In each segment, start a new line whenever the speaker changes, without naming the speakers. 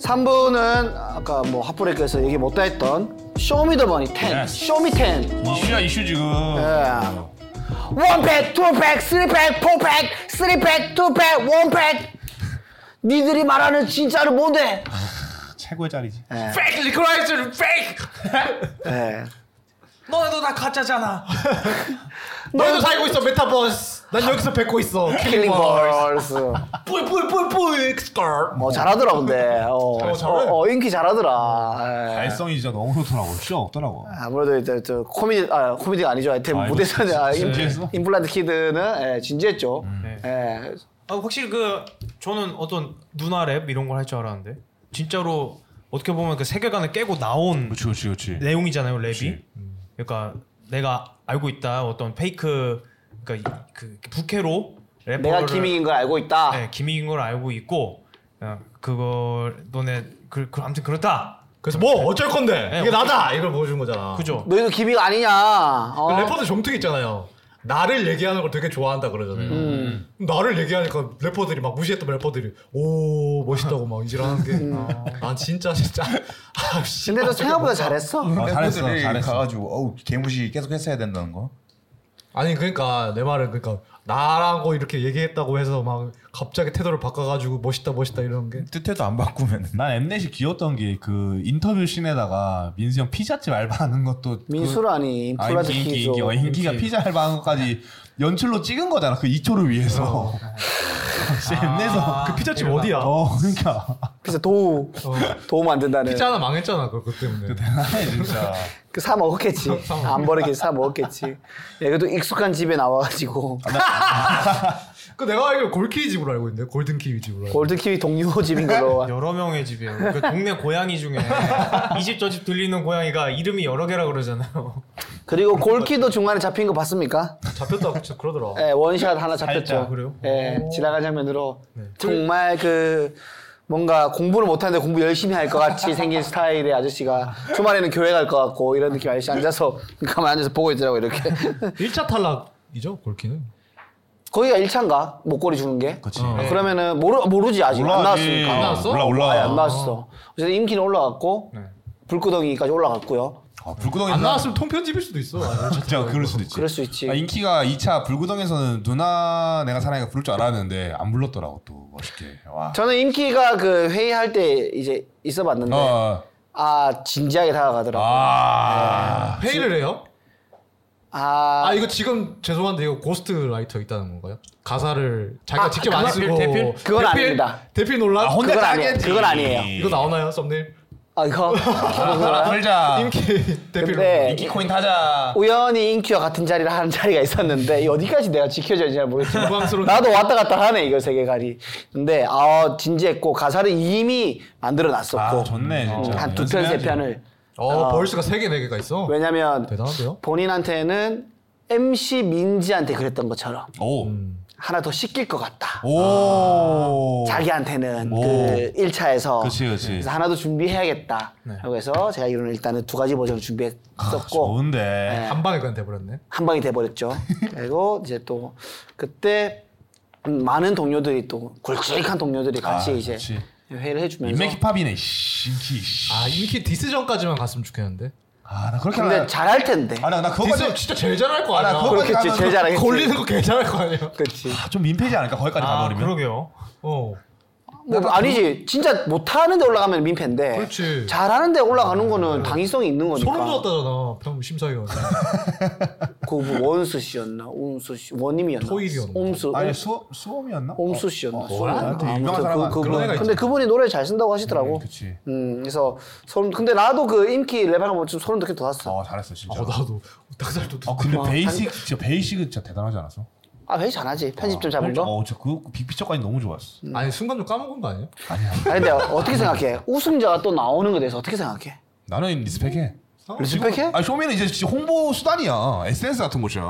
3부는 아까 뭐 핫브레이크에서 얘기 못다 했던 쇼미더머니 10,
네.
쇼미 10.
이슈야 이슈 지금.
예. 원팩, 투팩, 쓰리팩, 포팩, 쓰리팩, 투팩, 원팩. 니들이 말하는 진짜는 뭔데?
그 최고의 자리지.
예.
Fake 리크라이즈는 fake.
네.
너네도 다 가짜잖아.
너희도 살고 있어 메타버스. 난 여기서 뱉고 있어.
킬링 벌스.
뿌이 뿌이 뿌이 뿌이 스컬.
어, 잘하더라, 근데. 어,
어, 잘해.
어, 어, 인기 잘하더라. 예.
발성이 진짜 너무 좋더라고. 쇼 없더라고.
아무래도 일단 저 코미디 아 코미디가 아니죠. 하여튼
아, 이거
무대에서는 아,
진-
임-
진지했어?
임플란트 키드는 예, 진지했죠. 예.
아, 확실히 그 저는 어떤 누나 랩 이런 걸 할 줄 알았는데 진짜로 어떻게 보면 그 세계관을 깨고 나온
그렇지 그렇지 그렇지.
내용이잖아요 랩이.
그치.
그러니까 내가 알고 있다 어떤 페이크 그러니까 이- 그 부캐로 래퍼를
내가 기믹인 걸 알고 있다.
네, 기믹인 걸 알고 있고 어, 그걸 너네 그, 그 아무튼 그렇다.
그래서 뭐 어쩔 건데
네,
이게 나다 이걸 보여준 거잖아.
그죠?
너희도 기믹 아니냐? 어?
그 래퍼들 종특 있잖아요. 나를 얘기하는 걸 되게 좋아한다 그러잖아요. 나를 얘기하니까 래퍼들이 막 무시했던 래퍼들이 오 멋있다고 막 이질하는 게난 진짜 진짜 아, 씨.
근데 너 생각보다 잘했어.
어, 잘했어
팬들이
잘했어.
네, 가가지고 어우 개무시 계속 했어야 된다는 거.
아니 그러니까 내 말은 그러니까 나라고 이렇게 얘기했다고 해서 막 갑자기 태도를 바꿔가지고 멋있다 멋있다 이러는 게
뜻해도 안 바꾸면.
난 엠넷이 귀여웠던 게 그 인터뷰 씬에다가 민수 형 피자집 알바하는 것도 그-
민수라니
아,
임플란트
인기 인기
키죠.
인기 어, 인기가 피자 알바하는 것까지 연출로 찍은 거잖아 그 2초를 위해서. 진짜 엠넷에서
그 피자집
이러다.
어디야?
아, 어 그러니까
피자 도우
어.
도움 안 된다는.
피자 하나 망했잖아 그거 때문에
대단해 네, 진짜.
그 사 먹었겠지.
어,
안 버리겠지. 사 먹었겠지. 얘 그래도 익숙한 집에 아, 나와가지고
그 내가 알기로 골키 집으로 알고 있는데 골든 키위 집으로 알고
골드 키위 동료 집인 걸로.
여러 명의 집이에요. 그 동네 고양이 중에 이 집 저 집 들리는 고양이가 이름이 여러 개라 그러잖아요.
그리고 골키도 중간에 어, 잡힌 거 봤습니까?
잡혔다고 진짜 그러더라
예, 원샷 하나 잡혔죠.
살짝,
그래요? 네.
예, 지나간 장면으로 정말 그 뭔가 공부를 못하는데 공부 열심히 할 것 같이 생긴 스타일의 아저씨가 주말에는 교회 갈 것 같고 이런 느낌 아저씨 앉아서 가만히 앉아서 보고 있더라고 이렇게
1차 탈락이죠 골키는
거기가 1차인가 목걸이 주는 게
그렇지.
아, 그러면은 모르, 모르지 아직 안 나왔으니까
안 나왔어?
올라 올라.
아예 안 나왔어 어쨌든 인기는 올라갔고 불구덩이까지 올라갔고요
아, 불구덩이
안
누나-
나왔으면 통편집일 수도 있어
진짜 그럴 수도 있지.
그럴 수 있지.
아, 인기가 2차 불구덩에서는 누나 내가 사랑해가 부를 줄 알았는데 안 불렀더라고 또 멋있게. 와.
저는 인기가 그 회의할 때 이제 있어 봤는데
어.
아 진지하게 다가가더라고 아,
아.
회의를 해요? 아 이거 지금 죄송한데 이거 고스트 라이터 있다는 건가요? 가사를 자기가
아,
직접
그건
안 쓰고
대필? 대필?
그건 아닙니다.
대필 논란?
아, 혼자
그건 아니에요.
짜겠지.
그건 아니에요.
이거 나오나요 썸네일?
아 이거
하나 털자.
인기 대필
근데
논란
인기 코인 타자.
우연히 인큐와 같은 자리를 하는 자리가 있었는데 이 어디까지 내가 지켜줘야 할지 잘 모르겠지만
부담스러운
나도 왔다 갔다 하네 이거 세계관이 근데 아 진지했고 가사를 이미 만들어 놨었고 음,
아, 좋네 진짜.
한 두 편 세
연습해야지.
편을
어 벌스가 3개 4개가 있어?
왜냐면
대단한데요?
본인한테는 MC 민지한테 그랬던 것처럼
오.
하나 더 씻길 것 같다
오.
음. 아, 자기한테는
오.
그 1차에서
그치, 그치. 네.
서 하나 더 준비해야겠다 라고 해서 제가 이런 일단은 두 가지 버전을 준비했었고
아, 좋은데.
한 방에 그냥 돼버렸네
한 방이 돼버렸죠. 그리고 이제 또 그때 많은 동료들이 또 굵직한 동료들이 같이
아,
이제
그렇지.
회의를 해주면서
인맥 힙합이네. 씨, 인기. 씨.
아 인기 디스전까지만 갔으면 좋겠는데
아, 나 그렇게
근데
안
잘할 텐데.
아, 나, 나
디스
그거까지
진짜 제일 잘할 거
아,
아니야
나 그거-
그렇겠지, 제일
거기까지 가면
잘하겠지.
걸리는 거 개잘할 거 아니야
그렇지.
아, 좀 민폐지 않을까? 거기까지
아
가버리면.
그러게요. 어.
뭐 아니지, 진짜 못하는데 올라가면 민폐인데.
그렇지.
잘하는데 올라가는
아,
거는 당위성이 있는 거니까.
소름 돋았다잖아 평 심사위원
그 원수 씨였나, 옴수 씨, 원님이었나.
토일이었나?
옴수.
아니 수업 수업이었나?
옴수 씨였나.
뭐야? 나한테
아무튼
유명한 사람
그,
그,
분
그런 애가
근데
있지.
그분이 노래 잘 쓴다고 하시더라고.
음, 그치.
음, 그래서 소름. 근데 나도 그 인기 랩하는 거좀 소름 돋게 돋았어.
어 잘했어 진짜.
어 나도 닭살 돋았어
아
그-
근데 베이식 진짜 베이식은 진짜 대단하지 않았어?
아 회의 잘하지 편집 좀 잡은 거?
어, 저그 빅피처까지 너무 좋았어.
아니 순간 좀 까먹은 거 아니야?
아니야.
아니 근데 어떻게 생각해? 우승자가 또 나오는 거에 대해서 어떻게 생각해?
나는 리스펙해.
리스펙해?
아 쇼미는 이제 진짜 홍보 수단이야. SNS 같은 것이야.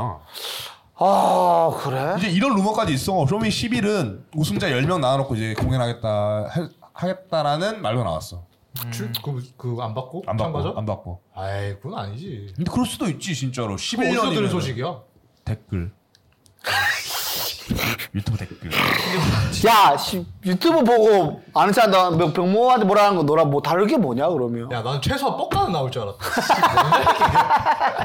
아 그래?
이제 이런 루머까지 있어. 쇼미 10일은 우승자 10명 나눠놓고 이제 공연하겠다 할- 하겠다라는 말로 나왔어.
출 그그안 받고
음. 안 받고
참가자?
안 받고.
아이 그건 아니지
근데 그럴 수도 있지 진짜로.
어디서
11년이면
들은 소식이야?
댓글.
유튜브 댓글.
야 씨, 유튜브 보고 아는 사람 나 병모한테 뭐라 하는 거 너랑 뭐 다르게 뭐냐 그러면
야, 난 최소한 뻑가는 나올 줄 알았다.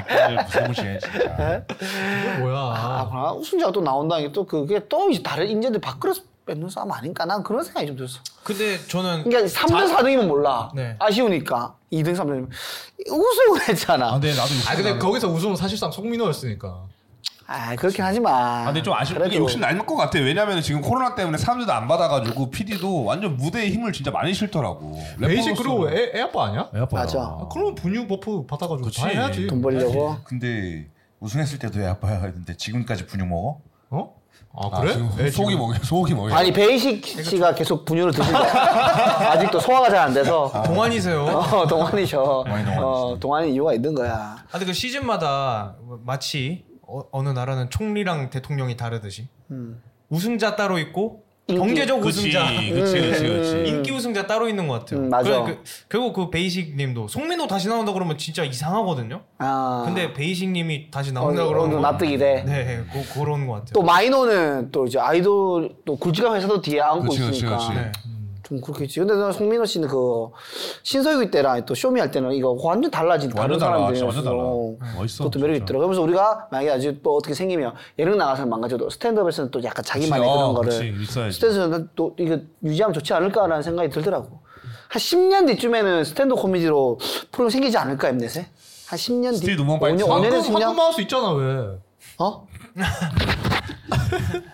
댓글을 무시무시해 진짜.
이게 뭐야.
아, 그러나 우승자가 또 나온다는 게 또 그게 또 이제 다른 인재들 밖으로서 뺏는 싸움 아닌가 난 그런 생각이 좀 들었어
근데 저는
그러니까 3등 4등이면 몰라
네.
아쉬우니까 2등 3등 우승을
아
했잖아
근데 나도 욕심
아, 근데
나는-
거기서 우승은 사실상 송민호였으니까.
아 그렇긴 하지 마
아, 근데 좀 아쉽게
그래도
욕심 날 것 같아. 왜냐면 지금 코로나 때문에 사람들도 안 받아가지고 PD도 완전 무대에 힘을 진짜 많이 실더라고.
베이직 그리고 애, 애 아빠 아니야?
뭐. 아빠.
맞아.
아, 그럼 분유 버프 받아가지고
그치.
다 해야지.
돈 벌려고
근데 우승했을 때도 애 아빠야 했는데 지금까지 분유 먹어?
어? 아, 그래? 애
소고기 먹여. 소고기 먹여.
아니 베이식 씨가 계속 분유를 드신 거야 아직도 소화가 잘 안 돼서
동안이세요.
어, 동안이셔
많이 동안이시네.
어, 동안인 이유가 있는 거야
아, 근데 그 시즌마다 마치 어, 어느 나라는 총리랑 대통령이 다르듯이 우승자 따로 있고
음. 인기.
경제적
그치,
우승자,
그치, 그치, 그치.
인기 우승자 따로 있는 것 같아요.
음, 맞아.
그래, 그, 결국 그 베이식님도 송민호 다시 나온다 그러면 진짜 이상하거든요.
아.
근데 베이식님이 다시
어느,
나온다
어느
그러면
납득이 돼.
네, 그, 그런 것 같아요.
또 마이너는 또 이제 아이돌 또 굵직한 회사도 뒤에 안고
그치, 그치,
있으니까
그치.
네.
좀 그렇겠지. 근데 저는 송민호 씨는 그 신서유기 때랑 또 쇼미 할 때는 이거 완전 달라진 다른
완전 달라.
사람들이
진짜 완전 달라. 멋있어.
그것도 매력이 있더라고. 그래서 우리가 만약에 아직 또 어떻게 생기면 예능 나가서 망가져도 스탠드업에서는 또 약간 자기만의
그치,
그런
어,
거를
그치, 있어야지.
스탠드업에서는 또 이거 유지하면 좋지 않을까라는 생각이 들더라고. 한 10년 뒤쯤에는 스탠드 코미디로 프로그램 생기지 않을까 엠넷에? 한 10년 뒤?
스티브 눈빵
5년,
파이팅.
5년에서
황금,
10년?
황금 마우스 있잖아, 왜.
어?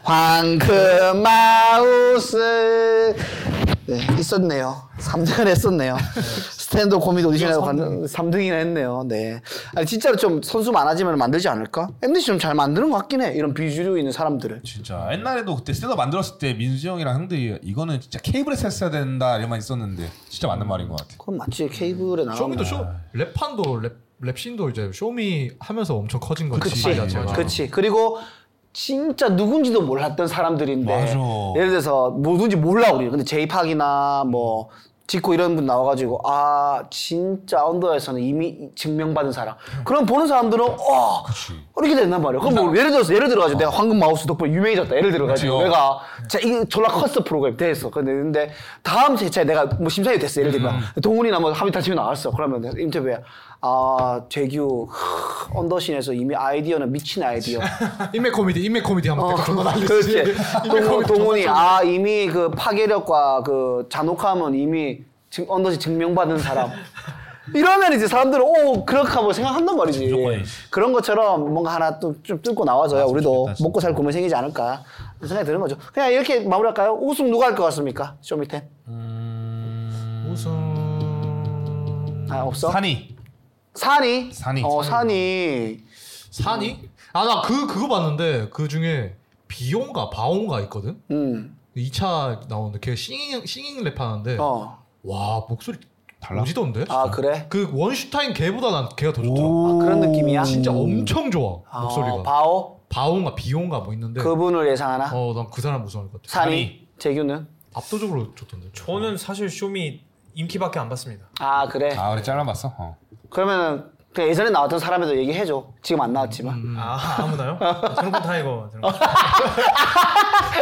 황금 마우스 네, 있었네요. 3등을 했었네요. 스탠드 코미디 오디션에서 갔는 3등이나 했네요. 네. 아니 진짜로 좀 선수 많아지면 만들지 않을까? MDC 좀 잘 만드는 것 같긴 해. 이런 비주류 있는 사람들을.
진짜 옛날에도 그때 스탠드 만들었을 때 민수 형이랑 형들이 이거는 진짜 케이블에서 했어야 된다 이런 말 있었는데 진짜 맞는 말인 것 같아.
그건 맞지. 케이블에 나가면.
쇼미도 쇼, 랩판도 랩, 랩신도 이제 쇼미 하면서 엄청 커진 거지.
그치.
이 자체가.
그치. 그리고 진짜 누군지도 몰랐던 사람들인데
맞아.
예를 들어서 누군지 몰라 우리 근데 제이팍이나 뭐 지코 이런 분 나와가지고 아 진짜 언더에서는 이미 증명받은 사람 그럼 보는 사람들은 와 이렇게 된단 말이야 그럼 뭐 예를 들어서 예를 들어가지고 내가 황금 마우스 덕분에 유명해졌다 예를 들어가지고
그치, 어.
내가 진짜 이게 졸라 컸어 프로그램 됐어 근데, 근데 다음 회차에 내가 뭐 심사위 됐어 예를 들면 동훈이나 뭐 하비 다치면 나왔어 그러면 내가 인터뷰에 아 재규 크, 언더신에서 이미 아이디어는 미친 아이디어
인맥 코미디, 인맥 코미디 하면 어, 그런 거 날리지.
그렇지.
인맥
동,
코미디
동훈이 아 이미 그 파괴력과 그 잔혹함은 이미 증- 언더시 증명받은 사람. 이러면 이제 사람들은 오 그렇게 하고 생각한단 말이지. 그런 것처럼 뭔가 하나 또 좀 뚫고 나와서야 우리도 먹고 살 고민 생기지 않을까 생각이 드는 거죠. 그냥 이렇게 마무리할까요? 우승 누가 할 것 같습니까? 쇼미텐.
우승.
아 없어.
산이
산이.
산이.
어 산이.
산이? 아, 나 그, 그거 봤는데 그 중에 비용가, 바온가 있거든?
음.
2차 나오는데 걔 싱잉, 싱잉 랩 하는데.
어.
와, 목소리
달라?
오지던데?
아 그래.
그 원슈타인 걔보다 난 걔가 더 좋더라.
아, 그런 느낌이야.
진짜 엄청 좋아
어,
목소리가.
바오.
바온가 비온가 뭐 있는데.
그분을 예상하나?
어, 난 그 사람 우승할 것 같아.
산이. 재규는.
압도적으로 좋던데.
저는 사실 쇼미 인기밖에 안 봤습니다.
아 그래.
아 그래 잘라봤어. 어.
그러면은 그 예전에 나왔던 사람에도 얘기해줘. 지금 안 나왔지만.
음.
아 아무나요? 저는 다 이거. 저는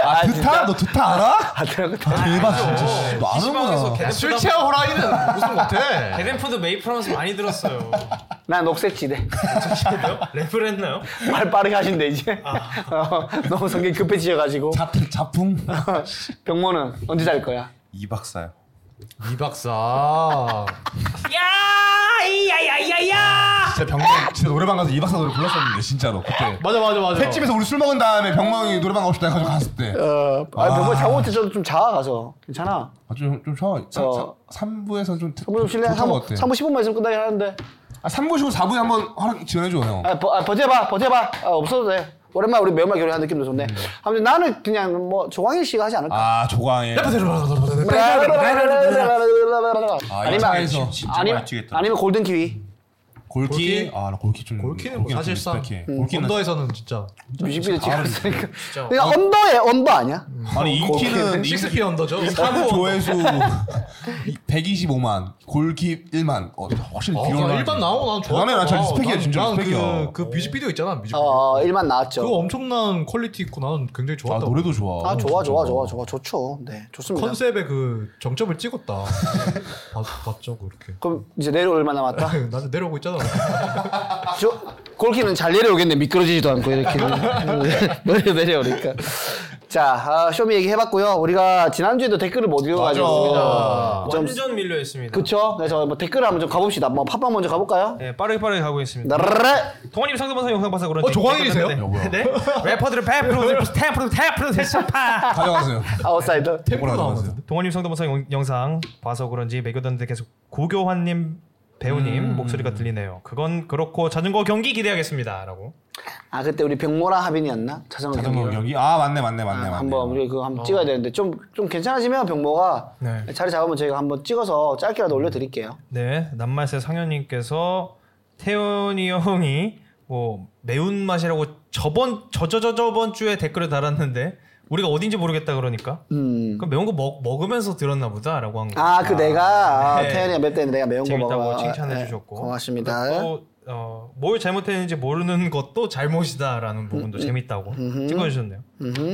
아 드타 너 드타 알아?
아, 그래.
아, 대박 진짜. 너
PC방에서
아는구나.
걔네
술
부담-
취한 호랑이는 우승 못해.
베덴푸드 메이플하면서 많이 들었어요.
난 녹색지대.
저기요? 랩을 했나요?
말 빠르게 하신대 이제. 어, 너무 성격 급해지셔가지고.
자풍 자풍.
병모는 언제 잘 거야?
이 박사요.
이 박사.
진짜 병망 진짜 노래방 가서 이 박사 노래 불렀었는데 진짜로 그때.
맞아 맞아 맞아.
횟집에서 우리 술 먹은 다음에 병망이 노래방 가고 싶다 해가지고 갔을 때.
어, 아,
아.
병모 자고 못해 저도 좀 자아 가서 괜찮아.
아, 좀, 좀 쉬어.
어.
3부에서 좀.
한번 좀 실례.
좋다고
한번
어때?
3부 10분만 있으면 끝나긴 하는데.
아, 3부 쉬고 4부에 한번 허락 지원해줘, 형.
아, 버, 아, 버텨봐, 버텨봐. 아, 없어도 돼. 오랜만에 우리 매운맛 결혼한 느낌도 좋네. 아무튼 나는 그냥 뭐 조광일 씨가 하지 않을까.
아, 조광의.
네,
아니면
차에서
진짜
아니면
많이 튀겠다.
아니면 골든 키위.
골키?
골키?
아, 나 골키 좀.
골키는 뭐 사실상 뭐
골키. 골키는.
언더에서는 진짜
뮤직비디오 찍었으니까.
진짜.
음.
그냥 언더에 언더 아니야?
뭐
아니, 인키는.
식스피 언더죠.
사부 조회수. 125만 골킵 1만 어, 확실히
아,
비용을
그냥 일반 나오고 난 좋아.
나는 난 진짜 스펙이야, 진짜 스펙이야.
그, 그 뮤직비디오 있잖아 뮤직비디오.
어, 일만 나왔죠.
그거 엄청난 퀄리티 있고 나는 굉장히
아
좋았다.
노래도 좋아
아 좋아 좋아 좋아 좋아 좋죠. 네 좋습니다.
컨셉의 그 정점을 찍었다. 봤- 봤죠 그렇게.
그럼 이제 내려올 만 남았다.
나도 내려오고 있잖아.
저 골키는 잘 내려오겠네. 미끄러지지도 않고 이렇게 내려 내려오니까. 자 아, 쇼미 얘기 해봤고요. 우리가 지난주에도 댓글을 못 읽어가지고 좀
아, 완전 밀려 있습니다.
그쵸? 그래서 뭐 댓글 한번 좀 가봅시다. 뭐 팝빵 먼저 가볼까요?
네, 빠르게 빠르게 가고 있습니다.
나르르
동원님 상대방사 영상 봐서 그런지.
어, 조광일이세요?
네.
야,
네. 래퍼들은 팬프로 템프로 템프로 세션파.
가져가세요
아웃사이더.
템포가
뭐라
나오면
그러세요?
동원님 성대모사 영- 영상 봐서 그런지 매겨뒀는데 계속 고교환님 배우님
음.
목소리가 들리네요. 그건 그렇고 자전거 경기 기대하겠습니다라고.
아 그때 우리 병모랑 하빈이었나? 자전거
자전거
경기.
경기 아 맞네 맞네 맞네 맞네
한번 우리 그거 한번 찍어야 되는데 좀 좀 괜찮아지면 병모가
네.
자리 잡으면 저희가 한번 찍어서 짧게라도 올려드릴게요.
네, 남말세 상현님께서 태연이 형이 뭐 매운 맛이라고 저번 저저저 저번 주에 댓글을 달았는데 우리가 어딘지 모르겠다 그러니까
음.
그럼 매운 거 먹, 먹으면서 들었나 보다라고 한 거.
아 그 내가 아,
네.
태연이가 몇 대는 내가 매운 거
재밌다고
먹어.
칭찬해 주셨고
고맙습니다.
또, 어, 뭘 잘못했는지 모르는 것도 잘못이다라는
음,
부분도 재밌다고 찍어주셨네요.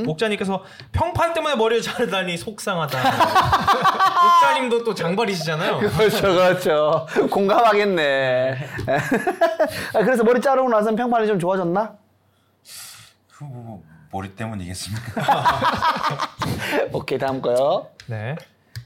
복자님께서 평판 때문에 머리를 자르다니 속상하다. 복자님도 또 장발이시잖아요.
그렇죠, 그렇죠. 공감하겠네. 아, 그래서 머리 자르고 나선 평판이 좀 좋아졌나?
그 뭐, 머리 때문이겠습니까?
오케이 다음 거요.
네.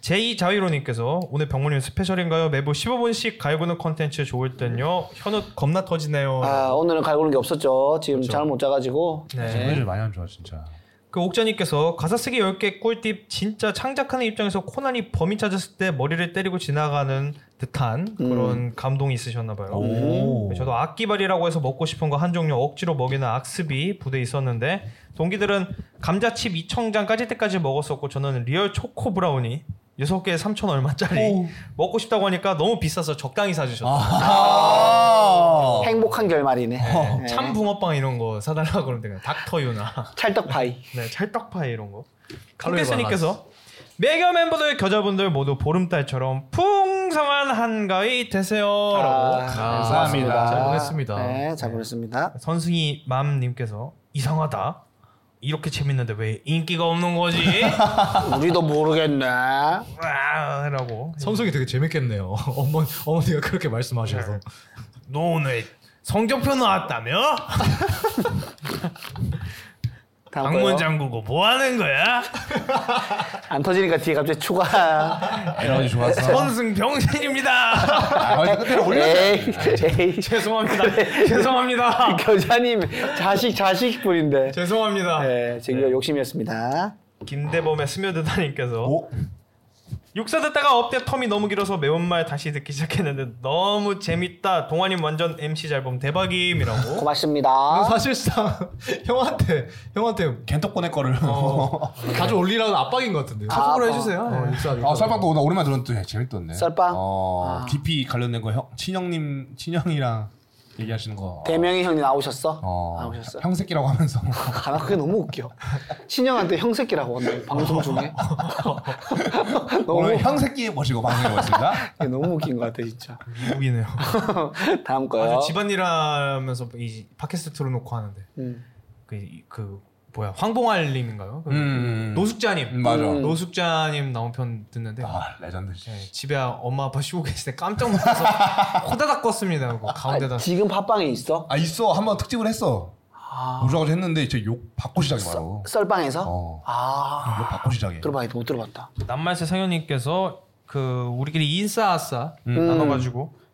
제2 자위로님께서 오늘 병원님 스페셜인가요? 매부 15분씩 갈구는 컨텐츠 좋을 땐요. 현우 겁나 터지네요.
아 오늘은 갈구는 게 없었죠. 지금 잘 못 자가지고.
네.
노래를 많이 안 좋아 진짜
그 옥자님께서 가사 쓰기 10개 꿀팁 진짜 창작하는 입장에서 코난이 범인 찾았을 때 머리를 때리고 지나가는 듯한 그런 감동이 있으셨나 봐요. 네,
오.
저도 악기발이라고 해서 먹고 싶은 거 한 종류 억지로 먹이는 악습이 부대 에 있었는데 동기들은 감자칩 이청장까지 때까지 먹었었고 저는 리얼 초코 브라우니 6개에 3천 얼마짜리 먹고 싶다고 하니까 너무 비싸서 적당히 사주셨어요.
아
행복한 결말이네. 네.
참 붕어빵 이런 거 사달라고 그러면 되요 닥터유나
찰떡파이.
네, 찰떡파이 이런 거.
칼로리
캉데스님께서 매겨 멤버들 겨자분들 모두 보름달처럼 풍성한 한가위 되세요라고.
감사합니다.
잘 보냈습니다.
아, 네, 잘 보냈습니다.
선승이 맘님께서 이상하다. 이렇게 재밌는데 왜 인기가 없는 거지?
우리도 모르겠네.
와, 라고.
선성이 되게 재밌겠네요. 어머 어머니가 그렇게 말씀하셔서.
너 오늘 성적표 나왔다며?
다음 거요.
방문 잠그고 뭐 하는 거야?
어? 안 터지니까 뒤에 갑자기 추가.
에너지 좋았어
선승 병신입니다.
아 이제 끝에
에이, 에이.
죄송합니다. 죄송합니다.
교자님 자식 자식분인데.
죄송합니다.
네, 제가 욕심이었습니다.
김대범의 스며드다님께서
오?
육사 듣다가 업데 텀이 너무 길어서 매운말 다시 듣기 시작했는데 너무 재밌다. 동아님 완전 MC 잘봄 대박임이라고.
고맙습니다.
아. 사실상 형한테 형한테
겐톡 보낼 거를
자주 올리라는 압박인 것 같은데요.
아,
어, 육사하니까.
어. 아 썰빵도 나 오랜만에 들었는데 재밌던데
썰빵? 아.
어 DP 관련된 거 형, 친형님 친형이랑 얘기하시는 거
네 대명이 형님 나오셨어?
어,
아, 나오셨어.
형새끼라고 하면서
아, 나 그게 너무 웃겨. 친형한테 형새끼라고 한다. 방송 중에. 너무
오늘 형새끼 모시고 방송해 보겠습니다
이게 너무 웃긴 것 같아 진짜.
미국이네요.
아, 다음 거요.
아주 집안일하면서 그 이 팟캐스트 틀어놓고 하는데
음.
그, 그 뭐야 황봉알님인가요? 그
음.
노숙자님.
음, 맞아
노숙자님 나온 편 듣는데
아 레전드 씨
네, 집에 엄마 아빠 쉬고 계실 때 깜짝 놀라서 호다닥 껐습니다. 그거 가운데다.
아, 지금 팟빵에 있어?
아 있어 한 번 특집을 했어
아.
오자고 했는데 제 욕 받고 시작해 바로
썰빵에서?
어.
아.
욕 받고 시작해
들어봐, 못 들어봤다.
남말세 상현님께서 그 우리끼리 인싸 아싸
음.
나눠가지고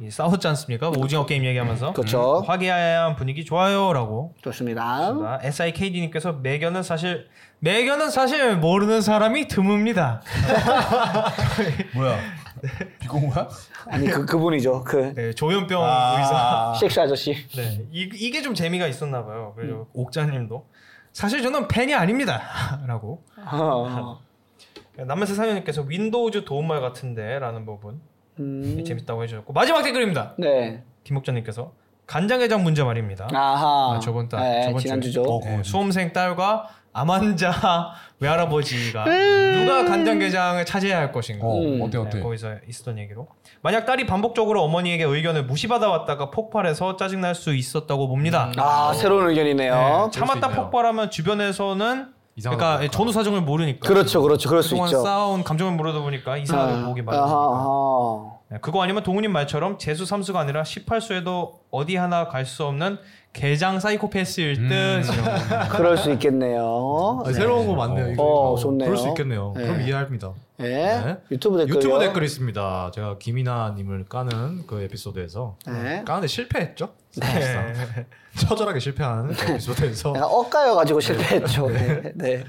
이 싸웠지 않습니까? 오징어 게임 얘기하면서 음.
그렇죠.
화기애애한 분위기 좋아요라고.
좋습니다.
SIKD님께서 매견은 사실 매견은 사실 모르는 사람이 드뭅니다.
뭐야
네.
비공호야?
아니 그 그분이죠. 그
네, 조현병 의사.
아,
섹스 아저씨.
네, 이, 이게 좀 재미가 있었나 봐요. 그래서
음.
옥자님도 사실 저는 팬이 아닙니다라고.
어.
남말세 상현님께서 윈도우즈 도움말 같은데라는 부분
음.
재밌다고 해주셨고 마지막 댓글입니다.
네.
김옥자님께서 간장게장 문제 말입니다.
아하.
아, 저번 달,
네,
저번 주에.
지난주죠.
어,
네, 수험생 딸과 암환자 외할아버지가
음.
누가 간장게장을 차지해야 할 것인가
어 어때
네,
어때?
거기서 있었던 얘기로 만약 딸이 반복적으로 어머니에게 의견을 무시받아 왔다가 폭발해서 짜증날 수 있었다고 봅니다. 어,
아 새로운 의견이네요.
참았다
있네요.
폭발하면 주변에서는
이상한
그러니까
걸까?
전후 사정을 모르니까
그렇죠, 그렇죠, 그럴 수
그동안
있죠.
쌓아온 감정을 모르다 보니까 이상하게
아,
보기
아하,
마련이니까
아하.
네, 그거 아니면 동훈님 말처럼 재수 삼수가 아니라 18수에도 어디 하나 갈 수 없는 게장
음.
사이코패스일 듯
네,
이런
뭐
거.
그럴 수 있겠네요.
아, 새로운 거 맞네요. 이거.
어, 좋네요.
그럴 수 있겠네요.
네.
그럼 이해합니다.
예.
네.
유튜브 댓글.
유튜브 댓글이 있습니다. 제가 김이나님을 까는 그 에피소드에서
네.
까는데 실패했죠. 사실상. 처절하게 실패한 그 에피소드에서
내가 엇가여가지고 실패했죠. 네. 네.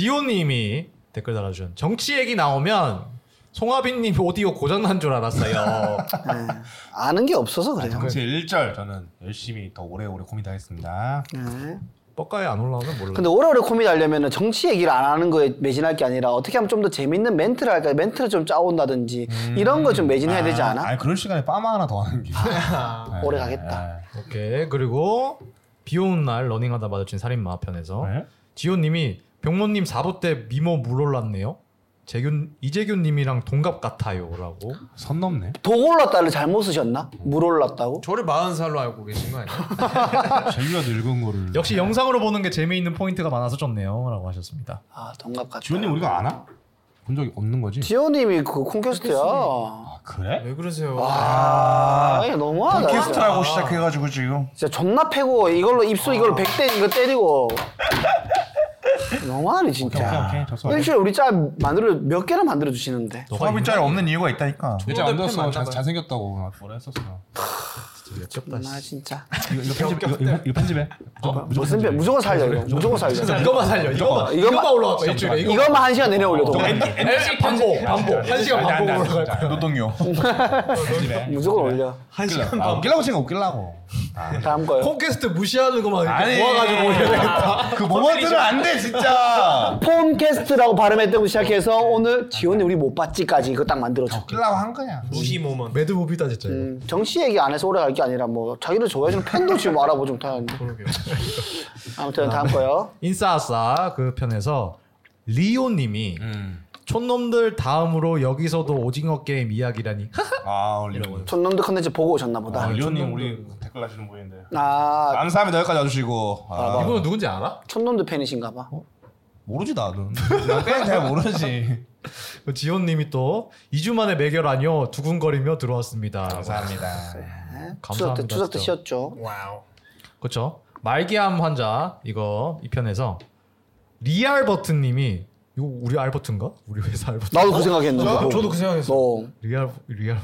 지호님이 댓글 달아준 정치 얘기 나오면 송하빈님 오디오 고장난 줄 알았어요.
네. 아는 게 없어서 그래요.
정치 1절 저는 열심히 더 오래오래 고민하겠습니다.
네.
뻑가에 안 올라오면 몰라.
근데 오래오래 고민이 하려면 정치 얘기를 안 하는 거에 매진할 게 아니라 어떻게 하면 좀 더 재밌는 멘트를 할까 멘트를 좀 짜온다든지 이런 거 좀 매진해야 되지 않아?
아니 그럴 시간에 빠마 하나 더 하는 게 네,
오래 가겠다.
네.
오케이 그리고 비 오는 날 러닝하다 마주친 살인마 편에서
네?
지호님이 병모님 4부 때 미모 물올랐네요. 재균 이재균님이랑 동갑 같아요라고.
선 넘네.
동올랐다를 잘못 쓰셨나? 물올랐다고?
저를 40살로 알고 계신 거 아니에요?
제주가 늙은 거를.
역시 영상으로 보는 게 재미있는 포인트가 많아서 좋네요라고 하셨습니다.
아 동갑 같아.
지원님 우리가 아나? 본 적이 없는 거지?
지호님이 그 콘퀘스트야.
아 그래?
왜 그러세요?
아, 이거 너무하다. 진짜.
퀘스트라고 시작해가지고 지금
진짜 존나 패고 이걸로 입수 이걸로 100대 이거 때리고 너무하네
오케이
진짜
오케이 저소.
일주일에 우리 짤 만들어 몇 개나 만들어 주시는데
소화 빗자리 없는 이유가 있다니까
진짜 안 들었어.
만나봐요.
잘- 잘생겼다고 막 뭐라 했었어.
나 진짜
이거, 이거 편집 이거, 이거, 이거 편집해.
어,
무조건, 무조건
무슨 배
편집해.
무조건 살려 이거 무조건 살려
이거만 살려.
이거만
이거만 이거만 올라왔어 일주일에. 이거 아,
이거만 한 시간 내내 올려도
아,
반복 반복 한 시간
안 돼,
반복
안 돼,
올라갈
진짜.
거야.
노동요
편집해.
무조건 올려
한 시간
아, 웃기려고 생각 웃기려고.
다음
아.
거요
콘퀘스트 무시하는 것만
아니.
이렇게 모아가지고 올려야겠다.
그 모먼트는 안돼 진짜
폼캐스트라고 발음했던 거 시작해서 오늘 지원이 우리 못 봤지까지 이거 딱 만들어줘
웃기려고 한 거야.
무시 모먼트
매드 무비다 진짜. 이거.
음, 정치 얘기 안 해서 오래 갈 게 아니라 뭐 자기를 좋아해주는 팬도 지금 알아보고 좀 타는데 아무튼 다음 거요
인싸싸 그 편에서 리오님이 촌놈들 다음으로 여기서도 오징어 게임 이야기라니
아 리오님
촌놈들 컨텐츠 보고 오셨나
아,
보다
리오님 우리 댓글 하시는 분인데
아 뭐.
감사합니다 여기까지 와주시고 아,
이분은 누군지 알아?
촌놈들 팬이신가 봐
모르지 나는. 나 그냥 잘 모르지.
그 지호님이 또 2주 만에 매결하뇨 두근거리며 들어왔습니다.
감사합니다.
네? 추석 때
감사합니다.
추석 때 쉬었죠.
그렇죠. 말기암 환자 이거 이 편에서 리알버트님이 이거 우리 알버트인가? 우리 회사 알버트.
나도 그 생각했는데.
저-
너.
저도 그 생각했어요.
너
리알 리알.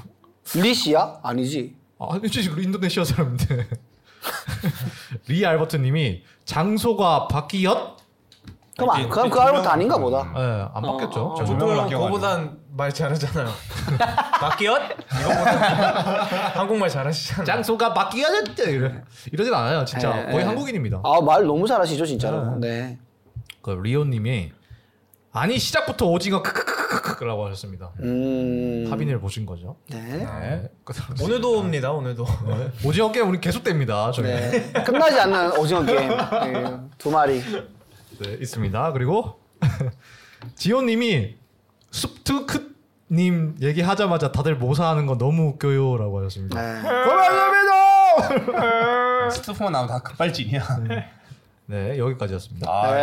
리시야? 아니지.
아, 진짜 인도네시아 사람인데. 리알버트님이 장소가 바뀌었?
그럼 아, 그럼 그 알바트 아닌가 보다.
예, 안 바뀌었죠.
어,
저 조명을
보통은
아껴가지고.
그거보단 말 잘하잖아요. 바뀌었? 이거보다 한국말 잘하시잖아요.
장소가 바뀌었대 이러, 이러진 않아요
네,
진짜
예,
거의
예.
한국인입니다
아 말 너무 잘하시죠 진짜로. 네.
그 리오님이 아니 시작부터 오징어 크크크크크라고 하셨습니다
음.
합인을 보신 거죠
네.
네. 그 다음에
오늘도 옵니다. 오늘도.
오징어 게임 우리 계속됩니다 저희 네.
네. 끝나지 않는 오징어 게임 네. 두 마리.
네, 있습니다 그리고 지호님이 숲트크님 얘기하자마자 다들 모사하는 거 너무 웃겨요 라고 하셨습니다
네.
고맙습니다. 아, 스트폰 나면 다 급발진이야.
네 여기까지였습니다
아,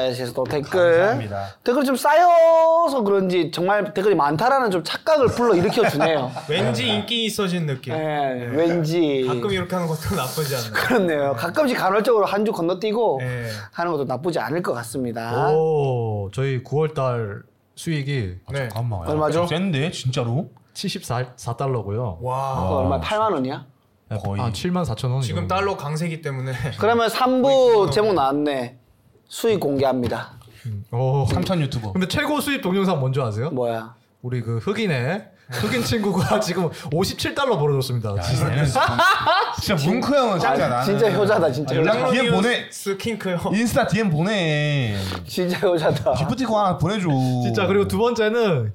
네. 그래서 또 댓글
아, 예. 감사합니다.
댓글 좀 쌓여서 그런지 정말 댓글이 많다라는 좀 착각을 불러 일으켜 주네요.
왠지 인기 있어진
예.
느낌.
네. 왠지
가끔 이렇게 하는 것도 나쁘지 않나.
그렇네요. 가끔씩 간헐적으로 한 주 건너뛰고
예.
네.
하는 것도 나쁘지 않을 것 같습니다.
아.
오 저희 9월달 수익이
네.
잠깐만. 야,
얼마죠?
센데 진짜로?
74달러고요
와.
그거 얼마 8만 원이야?
거의.
아 7만 4천 원
지금 달러 강세기 때문에
예.
그러면 3부 제목 나왔네. 수익 공개합니다.
오
3천 유튜버.
근데 최고 수입 동영상 뭔지 아세요?
뭐야?
우리 그 흑인의 흑인 친구가 지금 57달러 벌어줬습니다
진짜 뭉크 형은 진짜 나.
진짜 효자다, 진짜. 효자.
연락- 뒤에 보내.
스킨크요.
인스타 DM 보내.
진짜 효자다.
기프티콘 하나 보내줘.
진짜 그리고 두 번째는 뭐.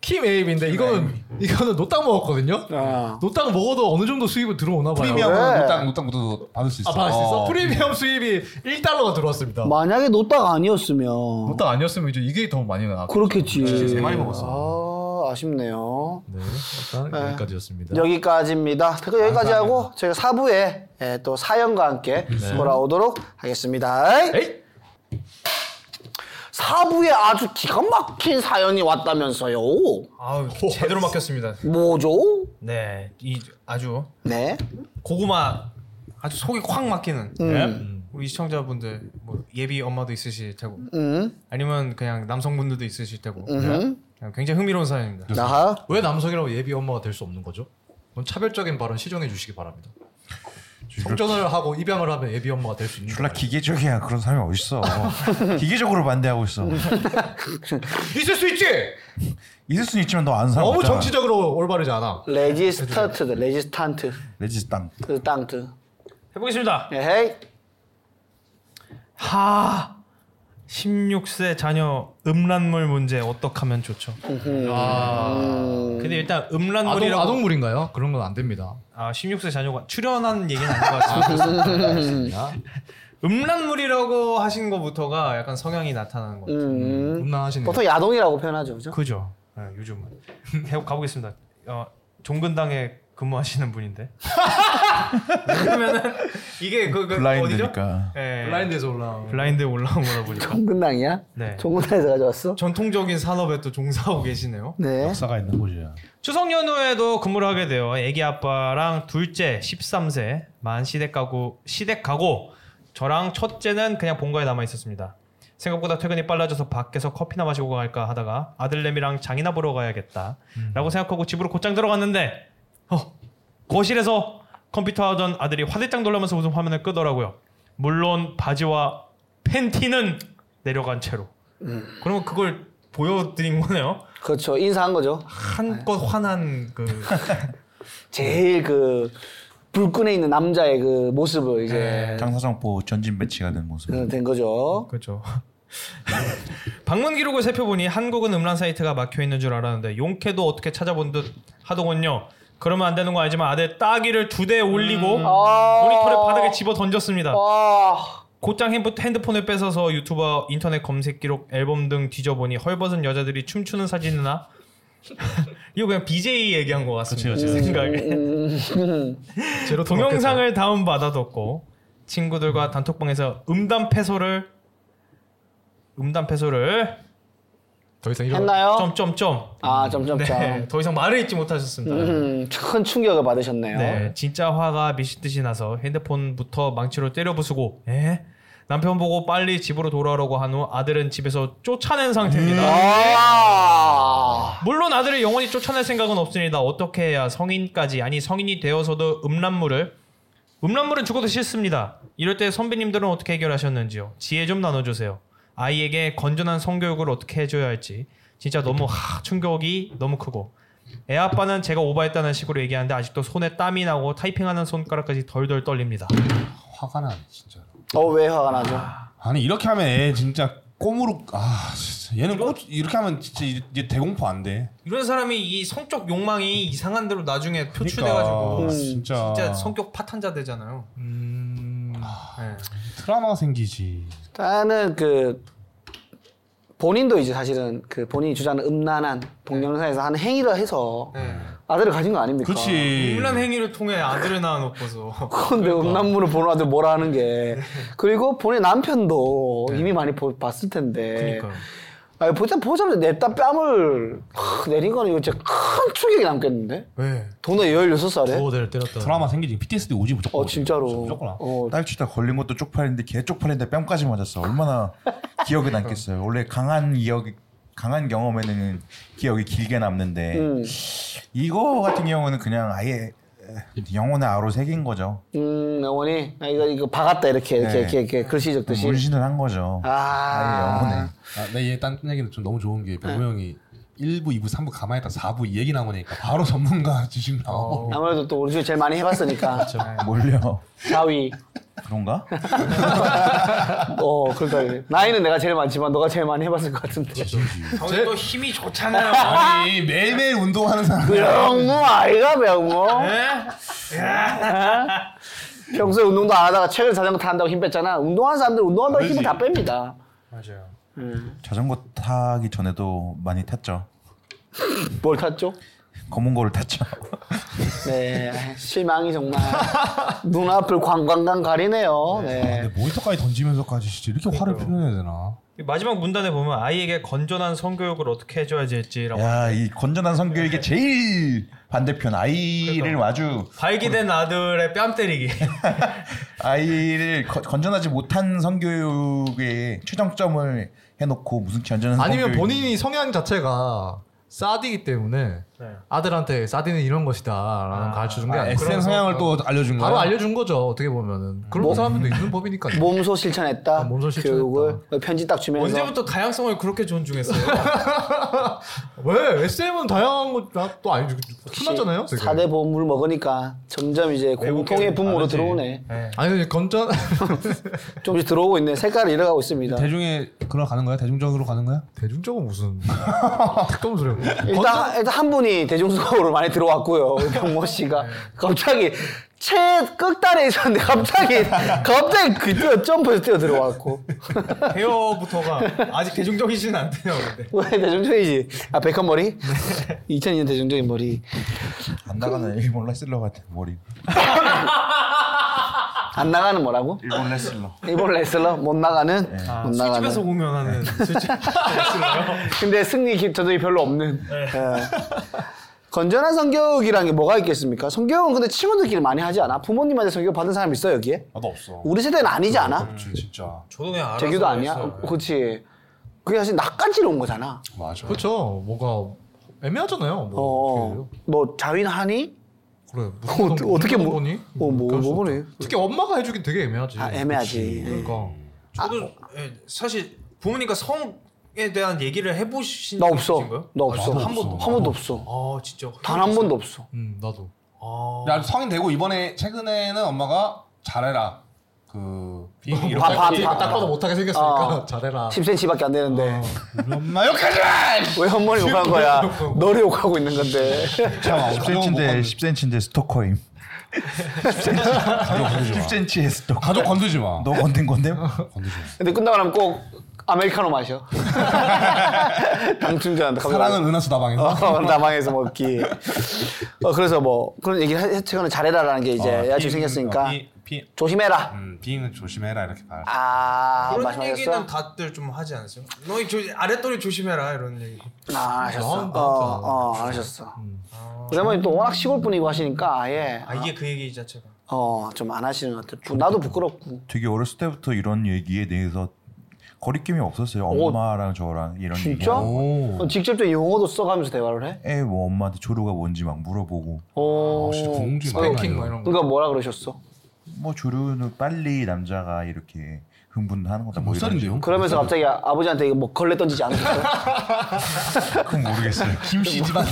킴 에이비인데 이거는 이거는 노땅 먹었거든요.
아.
노땅 먹어도 어느 정도 수입은 들어오나 봐요.
프리미엄으로
왜?
노땅 노땅부터 받을 수 있어.
아, 받을 수 있어?
어.
프리미엄 수입이 1달러가 들어왔습니다.
만약에 노딱 아니었으면
노땅 아니었으면 이제 이게 더 많이 나왔
그렇겠지.
세 마리 먹었어.
아, 아쉽네요.
네, 일단 여기까지였습니다.
여기까지입니다. 그 여기까지 하고 저희가 사부에 예, 또 사연과 함께 돌아오도록 하겠습니다.
네. 에이!
사부에 아주 기가 막힌 사연이 왔다면서요.
아우 제대로 막혔습니다.
뭐죠?
네, 이 아주
네.
고구마 아주 속이 확 막히는
네.
음. 우리 시청자분들 뭐 예비 엄마도 있으실 테고
음.
아니면 그냥 남성분들도 있으실 테고 네. 그냥 굉장히 흥미로운 사연입니다.
나하.
왜 남성이라고 예비 엄마가 될 수 없는 거죠? 그건 차별적인 발언 시정해 주시기 바랍니다. 성전을 하고 입양을 하면 예비 엄마가 될 수 있는
졸라 기계적이야. 그런 사람이 어딨어. 기계적으로 반대하고 있어.
거예요. 있을 수 있지.
있을 수는 있지만 너 안 살아.
너무 정치적으로 올바르지 않아.
레지스타트, 레지스탄트,
레지스 땅.
그 땅트. 예,
해보겠습니다.
에헤이.
하 16세 자녀 음란물 문제 어떻게 하면 좋죠?
음.
근데 일단
아동
음란물이라고
아동물인가요? 그런 건 안 됩니다.
아 16세 자녀가 출연한 얘기는 아닌 것 같습니다.
음란물이라고 하신 거부터가 약간 성향이 나타나는 거.
음.
음란하시네.
보통 야동이라고 표현하죠, 그죠?
그죠? 네, 요즘은 해- 가보겠습니다. 어, 종근당에 근무하시는 분인데
그러면은 이게 그, 그 어디죠?
블라인드니까.
예,
블라인드에서 올라온.
블라인드에 올라온 거다 보니까
종근당이야?
네.
종근당에서 가져왔어?
전통적인 산업에 또 종사하고 계시네요.
네.
역사가 있는 곳이야.
추석 연휴에도 근무를 하게 돼요. 아기 아빠랑 둘째 13세 만 시댁 가고 시댁 가고 저랑 첫째는 그냥 본가에 남아 있었습니다. 생각보다 퇴근이 빨라져서 밖에서 커피나 마시고 갈까 하다가 아들내미랑 장이나 보러 가야겠다라고 생각하고 집으로 곧장 들어갔는데 어, 거실에서 컴퓨터 하던 아들이 화들짝 놀라면서 무슨 화면을 끄더라고요. 물론 바지와 팬티는 내려간 채로.
그러면 그걸 보여드린 거네요.
그렇죠. 인사한 거죠.
한껏 화난 그
제일 그 불끈에 있는 남자의 그 모습을 이제
장사정보 전진 배치가 된 모습.
네.
그, 된 거죠.
그죠. 방문 기록을 살펴보니 한국은 음란 사이트가 막혀 있는 줄 알았는데 용케도 어떻게 찾아본 듯 하더군요. 그러면 안 되는 거 알지만 아들 따기를 두 대 올리고
아.
모니터를 바닥에 집어 던졌습니다.
와.
곧장 핸드- 핸드폰을 뺏어서 유튜버 인터넷 검색 기록 앨범 등 뒤져보니 헐벗은 여자들이 춤추는 사진이나 이거 그냥 BJ 얘기한 것 같습니다. 제 생각에
제로
동영상을 다운 받아뒀고 친구들과 단톡방에서 음담 패소를 음담 패소를
더 이상 이런
했나요?
점점점
아, 어? 점점점.
네, 더 이상 말을 잊지 못하셨습니다.
음, 어? 큰 충격을 받으셨네요.
네, 진짜 화가 미칠 듯이 나서 핸드폰부터 망치로 때려 부수고 에? 남편 보고 빨리 집으로 돌아오라고 한 후 아들은 집에서 쫓아낸 상태입니다.
음. 아.
물론 아들을 영원히 쫓아낼 생각은 없습니다. 어떻게 해야 성인까지 아니 성인이 되어서도 음란물을 음란물은 죽어도 싫습니다. 이럴 때 선배님들은 어떻게 해결하셨는지요? 지혜 좀 나눠주세요. 아이에게 건전한 성교육을 어떻게 해줘야 할지 진짜 너무 하, 충격이 너무 크고 애 아빠는 제가 오바했다는 식으로 얘기하는데 아직도 손에 땀이 나고 타이핑하는 손가락까지 덜덜 떨립니다.
화가 나네 진짜.
어, 왜 화가 나죠?
아니 이렇게 하면 애 진짜 꼬무룩 아 진짜 얘는 꼬 이렇게 하면 진짜 이- 이제 대공포 안 돼.
이런 사람이 이 성적 욕망이 이상한 대로 나중에
표출돼가지고
표출돼가지고
그러니까, 음. 진짜.
진짜
진짜
성격 파탄자 되잖아요. 아,
트라우마 생기지.
일단은 그 본인도 이제 사실은 그 본인이 주장하는 음란한 동영상에서 하는 행위를 해서 아들을 가진 거 아닙니까?
그렇지.
네, 음란 행위를 통해 아들을 낳아놓고서
근데
그러니까.
음란물을 보는 아들 뭐라 하는 게 그리고 본인 남편도 이미 많이 보- 봤을 텐데
네. 그러니까요.
아니 보자 보자마자 냅다 뺨을 크, 내린 거는 이거 진짜 큰 충격이 남겠는데
네.
도너 16살에
보호대를 때렸다.
트라우마 생기지. PTSD 오지 무조건.
어 진짜로
무조건. 와.
어,
딸치다 걸린 것도 쪽팔인데 걔 쪽팔인데 뺨까지 맞았어. 얼마나 기억에 남겠어요. 원래 강한 기억, 강한 경험에는 기억이 길게 남는데
음.
이거 같은 경우는 그냥 아예 영혼의 아로 새긴 거죠.
음 영원히 아, 이거 이거 박았다 이렇게 이렇게
네.
이렇게, 이렇게 글씨 적듯이
문신을 한 거죠.
아.
아예 영혼에.
아, 내얘딴 얘기는 좀 너무 좋은 게 배우 형이 1부, 2부, 3부 가만히 있다 4부 이 얘기 나오니까 바로
어.
전문가 지식 나오고.
아무래도 또 우리 중에 제일 많이 해봤으니까
몰려.
사위
그런가?
어, 그러니까 이제. 나이는 내가 제일 많지만 너가 제일 많이 해봤을 것 같은데.
제-
또 힘이 좋잖아요.
아니 매일매일 운동하는 사람.
네. 명무 아이가 명무. 예? 평소에 운동도 안 하다가 최근 자전거 탄다고 힘 뺐잖아. 운동하는 사람들 운동한다고 힘을 다 뺍니다.
맞아요.
자전거 타기 전에도 많이 탔죠.
뭘 탔죠?
검은 거를 탔죠.
네, 실망이 정말 눈앞을 광광광 가리네요. 네.
근데 모니터까지 던지면서까지 진짜 이렇게 화를 표현해야 되나?
마지막 문단에 보면 아이에게 건전한 성교육을 어떻게 해줘야지 했지라고
야, 이 건전한 성교육의 제일 반대편 아이를 아주
발기된 아들의 뺨 때리기
아이를 거- 건전하지 못한 성교육의 최정점을 해놓고 무슨 건전한
아니면
성교육.
본인이 성향 자체가 사디기 때문에 아들한테 사디는 이런 것이다라는 가르쳐 준게
아,
아니고
SN 성향을 또 알려준 거야.
바로 알려준 거죠 어떻게 보면은 그런
뭐,
사람들도 있는 법이니까요.
몸소 실천했다.
아, 몸소 실천했다.
교육을 편지 딱 주면서
언제부터 다양성을 그렇게 존중했어요?
왜 SM은 다양한 거또 아니죠 끝났잖아요. 지금.
4대 보험을 먹으니까 점점 이제 공통의 분모로
다르지.
들어오네.
네.
아니 근데 건전
조금씩 들어오고 있네. 색깔을 잃어가고 있습니다.
대중에 그러 가는 거야? 대중적으로 가는 거야?
대중적은 무슨 특검 소리야. 뭐. 건전
일단, 일단 한 분이 대중적으로 많이 들어왔고요. 병모
네.
씨가 갑자기 채 끝단에 있었는데 갑자기 갑자기 그 뛰어 점프해서 뛰어 들어왔고
네.
헤어부터가 아직 대중적이지는 않대요. 근데.
왜 대중적이지? 아 베컨 머리?
네.
2002년 대중적인 머리.
안 나가는 일본 레슬러 같은 머리.
안 나가는 뭐라고?
일본 레슬러.
일본 레슬러 못 나가는
네.
못 나가는.
아, 술집에서 공연하는 술집
근데 승리 기- 저적이 별로 없는.
네.
예. 건전한 성교육이란 게 뭐가 있겠습니까? 성교육은 근데 친구들끼리 많이 하지 않아? 부모님한테 성교육 받은 사람 있어 여기에?
나도 없어.
우리 세대는 아니지 않아?
음. 진짜
저도 그냥 음, 알아서
제주도 아니야?
했어요.
그렇지. 그게 사실 낚아지러온 거잖아.
맞아.
그렇죠. 뭔가 애매하잖아요. 뭐
어, 뭐 자윈하니?
그래
어,
무슨 돈-
어떻게
무슨
뭐-
보니?
어, 뭐-
그럴 수
뭐
없다.
보니?
특히 엄마가 해주긴 되게 애매하지.
아 애매하지. 예.
그러니까
저도
아.
예, 사실 부모님과 성에 대한 얘기를 해보신
나
적
없어.
있으신가요?
나 없어.
저도 한 번도.
한 번도 없어.
아 진짜.
단 한 번도 없어.
음 나도
아
야 성인 되고 이번에 최근에는 엄마가 잘해라. 그 비행기 이런
바-
거
바-
할지.
바-
딱 봐도 못하게 생겼으니까 잘해라.
10cm밖에 안
아.
되는데
엄마 욕하지 마.
왜 엄마를 욕한 거야? 너를 욕하고 있는 건데.
참
10cm인데 10cm인데 스토커임. 10cm의 스토커.
가족 건드지 마.
너 건든
건드지
건데?
마.
근데 끝나고 나면 꼭 아메리카노 마셔. 당충전한다.
사랑은 은하수 다방에서.
어, 남항에서 먹기. 어, 그래서 뭐 그런 얘기를 해- 최근에 잘해라라는 게 이제
어,
예, 야주
비-
생겼으니까
어, 비- 비-
조심해라.
음, 비행은 조심해라 이렇게 말.
아
그런 얘기는
말씀하셨어?
다들 좀 하지 않으세요? 너희 조, 아랫돌이 조심해라 이런 얘기.
아, 안 하셨어.
나온다, 나온다.
어, 어, 안 하셨어. 왜냐면 또 워낙 시골 분이고 하시니까 아예
아 이게 그 얘기 자체가.
어, 좀 안 하시는 것 같아. 나도 부끄럽고.
되게 어렸을 때부터 이런 얘기에 대해서 거리낌이 없었어요. 엄마랑 저랑 이런 얘기.
진짜? 어, 직접적인 용어도 써가면서 대화를 해?
애뭐 엄마한테 조류가 뭔지 막 물어보고
오.
아, 진짜 공중이
스펙킹 뭐 이런 거.
그러니까 뭐라 그러셨어?
뭐 조류는 빨리 남자가 이렇게 흥분하는 거다. 뭐
몇
이런
살인데요?
그러면서 갑자기 아- 아버지한테 이거 뭐 걸레 던지지 않으셨어?
그건 모르겠어요.
김씨 집안.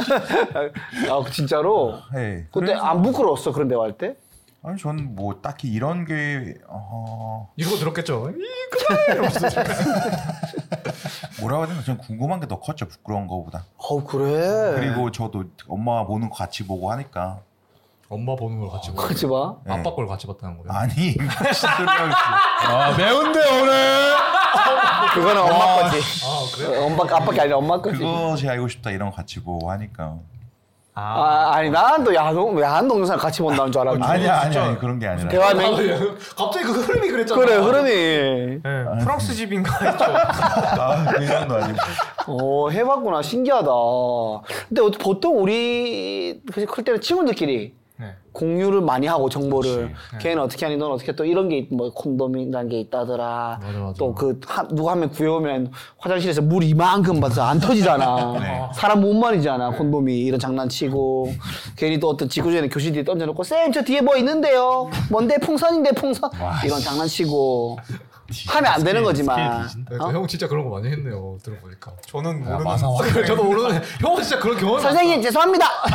아 진짜로?
네.
근데 안 부끄러웠어 그런 대화할 때?
아니 저는 뭐 딱히 이런 게 어,
이러고 들었겠죠. 이-
뭐라고 해야 되나 저는 궁금한 게 더 컸죠 부끄러운 거보다
어 그래.
그리고 저도 엄마 보는 거 같이 보고 하니까
엄마 보는 걸 같이 보고
그러지 마.
네.
아빠 걸 같이 봤다는 거예요.
아니 무슨 소리야, 이거.
아 매운데 오늘.
그거는 엄마 거지.
아 그래?
어, 엄마 아빠게 아니라 엄마 거지.
그것이 알고 싶다 이런 거 같이 보고 하니까
아 아니 난또 야동 야한 동영상 같이 본다는 줄 알았는데.
아니야 아니 아니 그런 게 아니라
대화 맹
갑자기 그 흐름이 그랬잖아. 네.
그래 흐름이.
예,
아.
프랑스 집인가 했죠.
아, 그런 거 아니고
어 해봤구나 신기하다. 근데 어째- 보통 우리 그클 때는 친구들끼리.
네.
공유를 많이 하고 정보를
네.
걔는 어떻게 하니 넌 어떻게 또 이런 게뭐 콘돔이라는 게 있다더라
맞아, 맞아.
또 그 누가 하면 구해오면 화장실에서 물 이만큼 받아서 안 터지잖아
네.
사람 몸만이잖아 콘돔이 이런 장난치고 괜히 또 어떤 직구전에 교실 뒤에 던져놓고 쌤 저 뒤에 뭐 있는데요 뭔데 풍선인데 풍선 이런 장난치고 하면 안 되는 거지만
네, 그형 진짜 그런 거 많이 했네요. 들어보니까.
저는
야,
아,
모르는
마상화.
저도 모르는. 형은 진짜 그런 경험.
선생님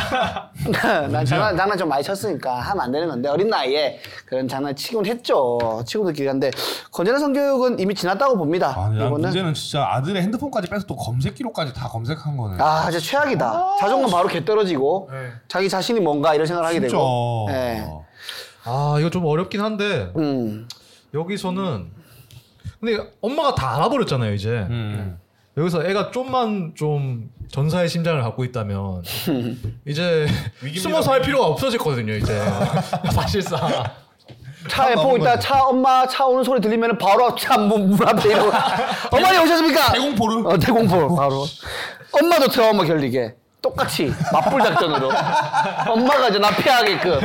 죄송합니다. 난 장난, 장난 좀 많이 쳤으니까 하면 안 되는 건데 어린 나이에 그런 장난 치곤 했죠. 치고도 기간데 건전한 성교육은 이미 지났다고 봅니다.
아, 근데 난
이거는
문제는 진짜 아들의 핸드폰까지 빼서 또 검색 기록까지 다 검색한 거네.
아 진짜 최악이다. 자존감 바로 개 떨어지고
네.
자기 자신이 뭔가 이런 생각을 하게
진짜.
되고. 예.
어.
아 이거 좀 어렵긴 한데
음.
여기서는 근데 엄마가 다 알아버렸잖아요 이제.
음.
여기서 애가 좀만 좀 전사의 심장을 갖고 있다면 이제 숨어서 할 필요가 없어졌거든요 이제 사실상
차에 보고 있다 차 엄마 차 오는 소리 들리면 바로 차문 앞에 이러고 어머니 오셨습니까?
대공포를?
어 대공포 바로 엄마도 트라우마 결리게 똑같이 맞불 작전으로 엄마가 이제 나 피하게끔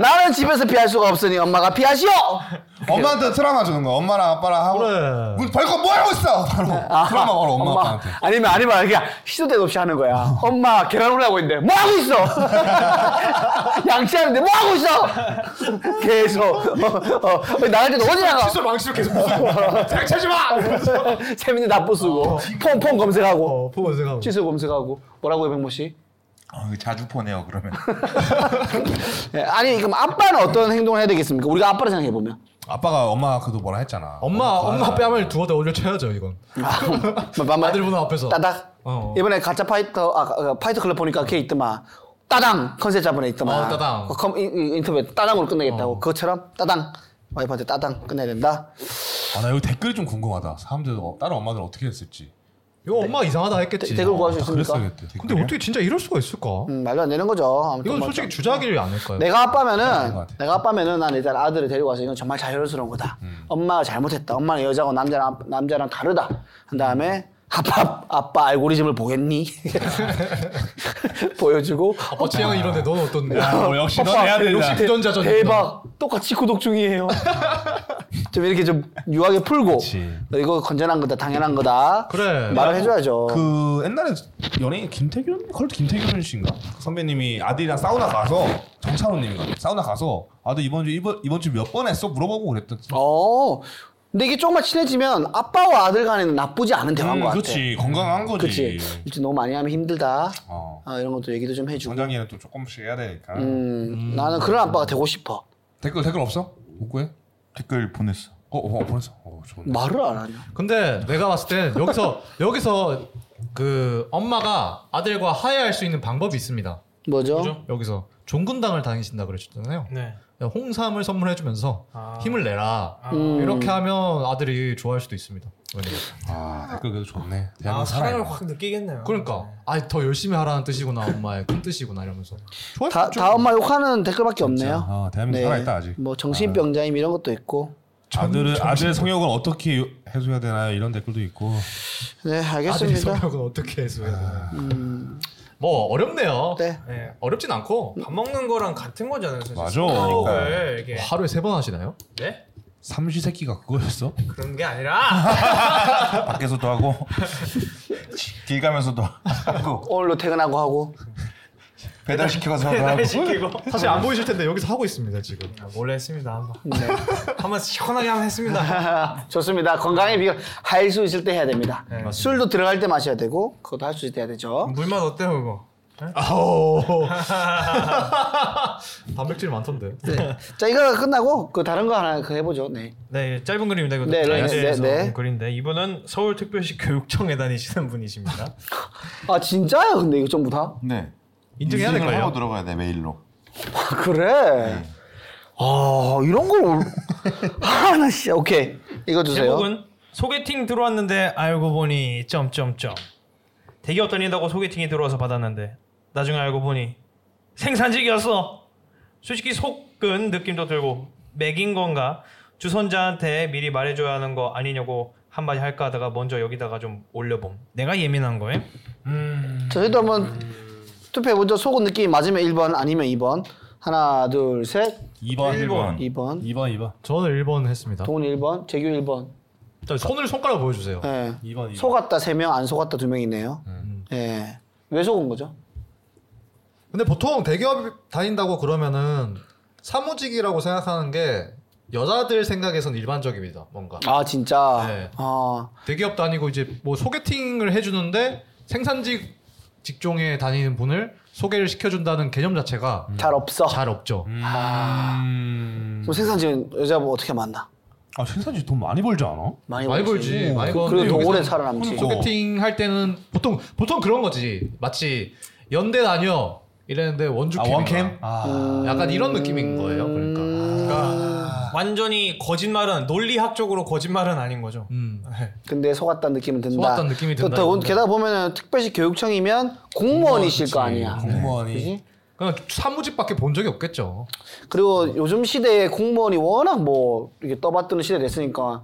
나는 집에서 피할 수가 없으니 엄마가 피하시오
엄마한테 트라우마 주는 거야. 엄마랑 아빠랑 하고
그래.
문 벌컥 뭐 하고 있어? 바로
아,
트라우마 바로 엄마, 아빠한테.
아니면 아니면 그냥 시도 때도 없이 하는
어.
거야 엄마 계란후라이 하고 있는데 뭐 하고 있어 양치하는데 뭐 하고 있어 계속 어, 어, 나갈 때도 어디 나가
칫솔 망치로 계속 그냥 차지 마! 이러면서
세민이 납부 쓰고 폰폰 검색하고
어, 보고 생각하고
치수 검색하고 뭐라고요 백모 씨?
아, 자주 보내요 그러면.
예, 아니 그럼 아빠는 어떤 행동을 해야 되겠습니까? 우리가 아빠를 생각해 보면
아빠가 엄마 그도 뭐라 했잖아.
엄마
엄마
엄마 뺨을 두어 대 올려쳐야죠 이건
아,
아들분 앞에서
뭐, 따닥
어, 어.
이번에 가짜 파이터 아 가- 어, 파이터 클럽 보니까 걔 있더만 따당 컨셉 잡은 애 있더만
어, 따당. 어.
그 컴, 인, 인- 인터뷰 따당으로 끝내겠다고 그것처럼 따당 와이프한테 따당 끝내야 된다
아, 나 여기 댓글이 좀 궁금하다. 사람들 어, 다른 엄마들 어떻게 했을지.
이거
네.
엄마 이상하다
대-
했겠지
댓글 구할 수
다
있습니까?
그랬어야겠대. 댓글.
근데 어떻게 진짜 이럴 수가 있을까?
음, 말도 안 되는 거죠 아무튼 네.
이건
뭐
솔직히
좀-
주작일 안 할까요?
내가 아빠면은
것 같아.
내가 아빠면은 난 일단 아들을 데리고 와서 이건 정말 자유스러운 거다.
음.
엄마가 잘못했다. 엄마는 여자고 남자랑 남자랑 다르다. 한 다음에 아빠 아빠 알고리즘을 보겠니? 보여주고
아빠 취향은 이런데 넌 어떤데?
어, 역시 넌 해야 된다.
역시 유전자 전
대박 똑같이 구독 중이에요. 좀 이렇게 좀 유하게 풀고
그치.
너 이거 건전한 거다 당연한 거다.
그래.
말을 해줘야죠.
그 옛날에 연예인 김태균 컬트 김태균 씨인가 그 선배님이 아들이랑 사우나 가서 정찬호님인가 사우나 가서 아들 이번 주 이번 이번 주 몇 번 했어 물어보고 그랬던.
어. 근데 이게 조금만 친해지면 아빠와 아들 간에는 나쁘지 않은 대화인 것 같아.
음, 그렇지 건강한 거지.
그치. 일찍 너무 많이 하면 힘들다.
어.
아, 이런 것도 얘기도 좀 해주고.
성장기는 또 조금씩 해야 되니까.
음, 나는 그런 아빠가 되고 싶어.
댓글 댓글 없어? 못 구해?
댓글 보냈어.
어, 어, 어 보냈어. 어, 좋은데.
말을 안 하냐?
근데 내가 봤을 땐 여기서 여기서 그 엄마가 아들과 화해할 수 있는 방법이 있습니다.
뭐죠?
여기서 종군당을 다니신다 그러셨잖아요.
네.
홍삼을 선물해주면서
아.
힘을 내라
음.
이렇게 하면 아들이 좋아할 수도 있습니다. 그러니까.
아 댓글 그래도 좋네.
아 사랑을
대한민국 사랑해.
확 느끼겠네요.
그러니까 아더 열심히 하라는 뜻이구나 엄마의 큰 뜻이구나 이러면서 좋아할 수
다,
있죠.
다 엄마 욕하는 댓글밖에 없네요.
아 대한민국 살아있다 아직.
뭐 정신병자임 이런 것도 있고.
아들은 아들 성욕을 어떻게 요- 해소해야 되나 요 이런 댓글도 있고.
네,
아들의
알겠습니다. 음.
성격은 어떻게 해서 해야 되나. 뭐 어렵네요.
네.
네.
어렵진 않고
밥 먹는 거랑 같은 거잖아요. 사실.
맞아. 어.
그러니까.
스타벅을 네, 이게
하루에 세 번 하시나요?
네?
삼시 세끼가 그거였어?
그런 게 아니라
밖에서도 하고 길 가면서도 하고
오늘로 퇴근하고 하고.
배달 시켜가서도 하고.
날 시키고
사실 안 보이실 텐데 여기서 하고 있습니다 지금.
아, 몰래 했습니다 한번.
네.
한번 시원하게 한번 했습니다.
좋습니다. 건강에 비교 할 수 있을 때 해야 됩니다. 술도 들어갈 때 마셔야 되고 그것도 할 수 있을 때 해야 되죠.
물맛 어때요 그거?
아오. 단백질 많던데.
네. 자, 이거 끝나고 그 다른 거 하나 그 해보죠. 네.
네 짧은 그림입니다. 이것도
네, 네,
자연스러운
네, 네.
글인데 이분은 서울특별시 교육청에 다니시는 분이십니다.
아 진짜야? 근데 이거 전부 다?
네.
인증해야 될
인증을
거예요?
하고 들어가야 돼 메일로.
아, 그래. 아 이런 걸 아, 하나 씨. 오케이 이거 주세요.
제목은 소개팅 들어왔는데 알고 보니 점점점 대기업 다닌다고 소개팅이 들어와서 받았는데 나중에 알고 보니 생산직이었어 솔직히 속은 느낌도 들고 맥인 건가 주선자한테 미리 말해줘야 하는 거 아니냐고 한마디 할까 하다가 먼저 여기다가 좀 올려봄 내가 예민한 거에
저희도 한번 투표해 보죠. 속은 느낌이 맞으면 1번 아니면 2번. 하나 둘 셋.
2번 1번.
2번.
2번 2번.
저는 1번 했습니다.
동훈 1번. 재규 1번.
자, 손을 손가락 보여주세요.
네.
예.
2번 2번.
속았다 3명 안 속았다 2명이네요.
음.
예. 왜 속은 거죠?
근데 보통 대기업 다닌다고 그러면은 사무직이라고 생각하는 게 여자들 생각에선 일반적입니다. 뭔가
아 진짜.
네.
아
대기업 다니고 이제 뭐 소개팅을 해주는데 생산직 직종에 다니는 분을 소개를 시켜준다는 개념 자체가
잘 없어.
잘 없죠. 음.
그럼 생산직은 여자 뭐 어떻게 만나?
아 생산직 돈 많이 벌지 않아?
많이,
많이 벌지. 많이 벌는데
그래도 더
여기서
오래 살아남지.
그러니까.
소개팅 할 때는 보통 보통 그런 거지. 마치 연대 다녀 이랬는데 원주
아
캠인가.
원캠? 아
약간 이런 느낌인 거예요. 그러니까. 그러니까
완전히 거짓말은 논리학적으로 거짓말은 아닌 거죠.
음.
근데 속았다는 느낌은 든다.
속았다는 느낌이 든다,
또, 또
이건데.
게다가 보면은 특별시 교육청이면 공무원이실 거 아니야.
공무원이
그지?
그러니까 사무직밖에 본 적이 없겠죠.
그리고 요즘 시대에 공무원이 워낙 뭐 이렇게 떠받드는 시대 됐으니까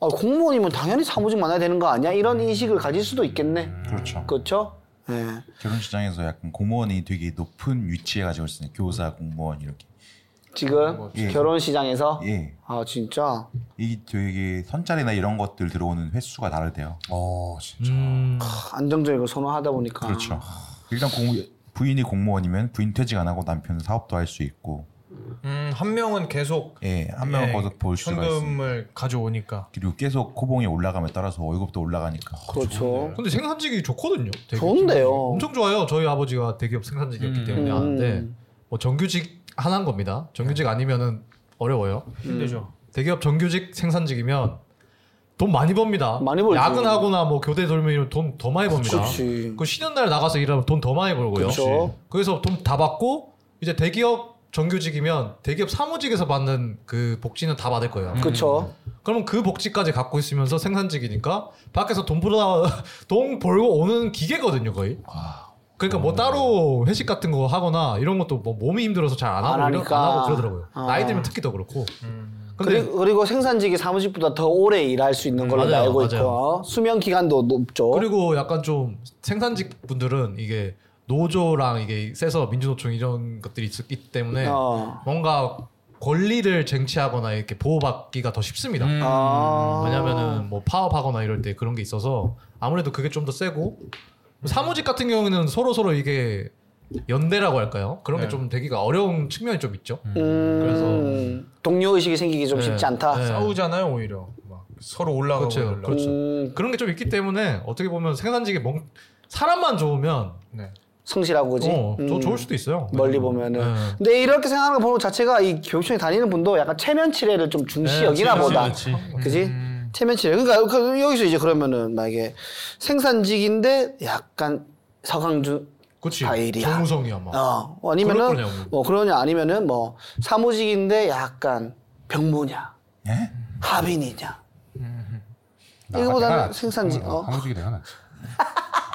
아, 공무원이면 당연히 사무직 만나야 되는 거 아니야? 이런 인식을 가질 수도 있겠네.
음.
그렇죠.
그렇죠? 예.
결혼 시장에서 약간 공무원이 되게 높은 위치에 가지고 있어요. 교사, 공무원 이렇게.
음,
지금
예.
결혼 시장에서
예.
아 진짜
이 되게 선짜리나 이런 것들 들어오는 횟수가 다르대요.
어 진짜
음.
안정적이고 선호하다 보니까
그렇죠.
아.
일단 공, 부인이 공무원이면 부인 퇴직 안 하고 남편은 사업도 할 수 있고,
음, 한 명은 계속
예, 한 명은
예,
거듭 볼 수가 있습니다.
현금을 가져오니까.
그리고 계속 코봉이 올라감에 따라서 월급도 올라가니까.
아.
그렇죠.
근데 생산직이 좋거든요. 되게.
좋은데요.
엄청 좋아요. 저희 아버지가 대기업 생산직이었기 때문에
어. 음. 네.
아는데 뭐 정규직 하나인 겁니다. 정규직 아니면은 어려워요.
음. 힘들죠.
대기업 정규직 생산직이면 돈 많이 법니다.
많이 벌죠.
야근하고나 뭐 교대 돌면 돈 더 많이 법니다.
그렇지.
그 쉬는 날 나가서 일하면 돈 더 많이 벌고요.
그렇죠.
그래서 돈 다 받고 이제 대기업 정규직이면 대기업 사무직에서 받는 그 복지는 다 받을
음.
거예요.
그렇죠.
그러면 그 복지까지 갖고 있으면서 생산직이니까 밖에서 돈 벌다 돈 벌고 오는 기계거든요 거의. 그러니까 뭐 따로 회식 같은 거 하거나 이런 것도 뭐 몸이 힘들어서 잘 안 하고
안
이런-
하니까.
안 하고 그러더라고요.
아.
나이 들면 특히 더 그렇고. 근데
그리고, 그리고 생산직이 사무직보다 더 오래 일할 수 있는 걸로
맞아요,
알고
맞아요.
있고 어? 수명 기간도 높죠.
그리고 약간 좀 생산직 분들은 이게 노조랑 이게 세서 민주노총 이런 것들이 있기 때문에
어.
뭔가 권리를 쟁취하거나 이렇게 보호받기가 더 쉽습니다.
아.
음, 왜냐면은 뭐 파업하거나 이럴 때 그런 게 있어서 아무래도 그게 좀 더 세고 뭐 사무직 같은 경우에는 서로 서로 이게 연대라고 할까요? 그런
네.
게 좀 되기가 어려운 측면이 좀 있죠.
음.
음, 동료 의식이 생기기 좀
네,
쉽지 않다.
네.
싸우잖아요 오히려. 막 서로 올라가고
그렇죠,
올라가고.
그렇죠.
음,
그런 게 좀 있기 때문에 어떻게 보면 생산직이 멍 사람만 좋으면
네.
성실하고 그지.
어, 저
음,
좋을 수도 있어요.
멀리 보면은.
네.
근데 이렇게 생각하는 거 보는 것 자체가 이 교육청에 다니는 분도 약간 체면 치레를 좀 중시
네,
여기나
체면
보다.
치레,
그지? 체면 치레. 그러니까 그- 여기서 이제 그러면은 만약에 생산직인데 약간 서강준
그치.
바일이야.
정우성이야 막.
어,
그럴
아니면은
거냐고.
뭐 그러냐 아니면은 뭐 사무직인데 약간 병무냐
예?
하빈이냐
나
이거보다는
내가 낫지.
생산직, 어.
사무직이 내가 낫지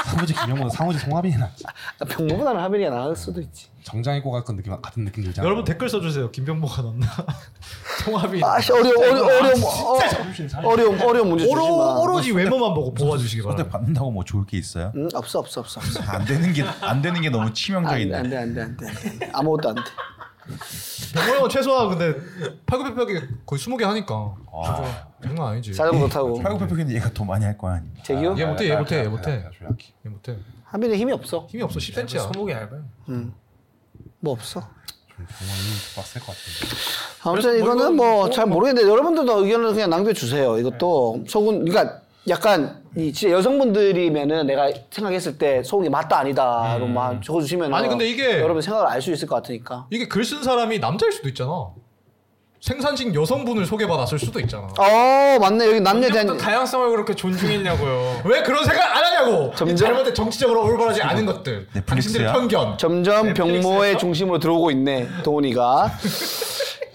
사무직 김영보다 사무직 송하빈이 낫지
아, 병무보다는 하빈이가 나을 수도 있지
정장 입고 갈건 느낌 같은 느낌 들잖아
여러분 댓글 써주세요. 김병모가 넣나? 통합이.
아씨 어려 어려 어려 어려 어려 어려 문제 주지
오로
마뭐
오로지 외모만 보고 뽑아주시기
선택
바랍니다.
받는다고 뭐 좋을 게 있어요?
음, 없어 없어 없어 없어
안 되는 게 안 되는 게 너무 치명적인데.
안돼 안돼 안돼 아무것도 안돼
병모 형은 최소한 근데 팔굽혀펴기 거의 20개 하니까
와.
장난 아니지.
자전거 타고
팔굽혀펴기는 얘가 더 많이 할 거야. 아니면.
재규
얘 못해 얘 못해 얘 못해
조약해
얘 못해.
하빈이 힘이 없어
힘이 없어 10cm야.
손목이 얇아요.
뭐 없어
좀 병원이 빡셀 것 같은데
아무튼 이거는 뭐 잘 모르겠는데 여러분들도 의견을 그냥 남겨 주세요.
네.
이것도 소금 그러니까 약간 이 진짜 여성분들이면은 내가 생각했을 때 소금이 맞다 아니다로만 적어 주시면
음. 아니, 근데 이게-
여러분 생각을 알 수 있을 것 같으니까.
이게 글 쓴 사람이 남자일 수도 있잖아. 생산직 여성분을 소개받았을 수도 있잖아.
어 맞네 여기 남녀
또
대한
다양성을 그렇게 존중했냐고요.
왜 그런 생각 안 하냐고. 이
점점-
잘못된 정치적으로 올바르지 않은 것들.
넷플릭스야?
당신들의 편견.
점점 병모의 중심으로 들어오고 있네 도훈이가.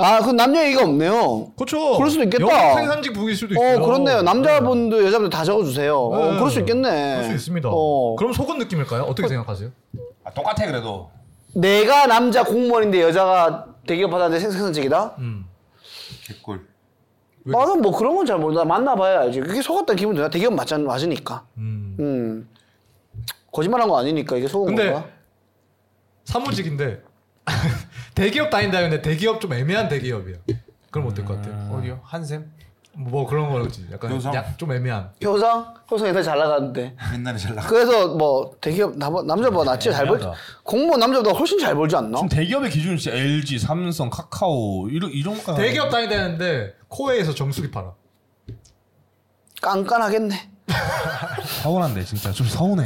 아, 그 남녀 얘기가 없네요.
그렇죠.
그럴 수도 있겠다.
여성 생산직 부일 수도 있어요.
어, 그렇네요. 남자분들, 여자분들 다 적어주세요. 어,
네.
그럴 수 있겠네.
그럴 수 있습니다.
어.
그럼 속은 느낌일까요? 어떻게 생각하세요?
아 똑같아 그래도
내가 남자 공무원인데 여자가 대기업 받았는데 생산직이다?
개꿀.
나는 뭐 그런 건 잘 모르다. 만나봐야 알지. 그게 속았다는 기분 드나? 대기업 맞잖 맞으니까. 음. 거짓말한 거 아니니까 이게 속은
근데
건가?
사무직인데 대기업 다닌다 했는데 대기업 좀 애매한 대기업이야. 그럼 어떨 것 같아요?
어디요? 한샘?
뭐 그런 거지. 약간
요성.
약- 좀 애매한.
효성? 효성이 더 잘 나가는데.
옛날에 잘 나가.
그래서 뭐 대기업 남- 남자보다 뭐 낫지 잘 벌. 공무원 남자보다 훨씬 잘 벌지 않나?
지금
어?
대기업의 기준이 진짜 LG, 삼성, 카카오 이런 이런 거
대기업 다니는데 코웨이에서 정수기 팔아.
깐깐하겠네.
서운한데 진짜 좀 서운해.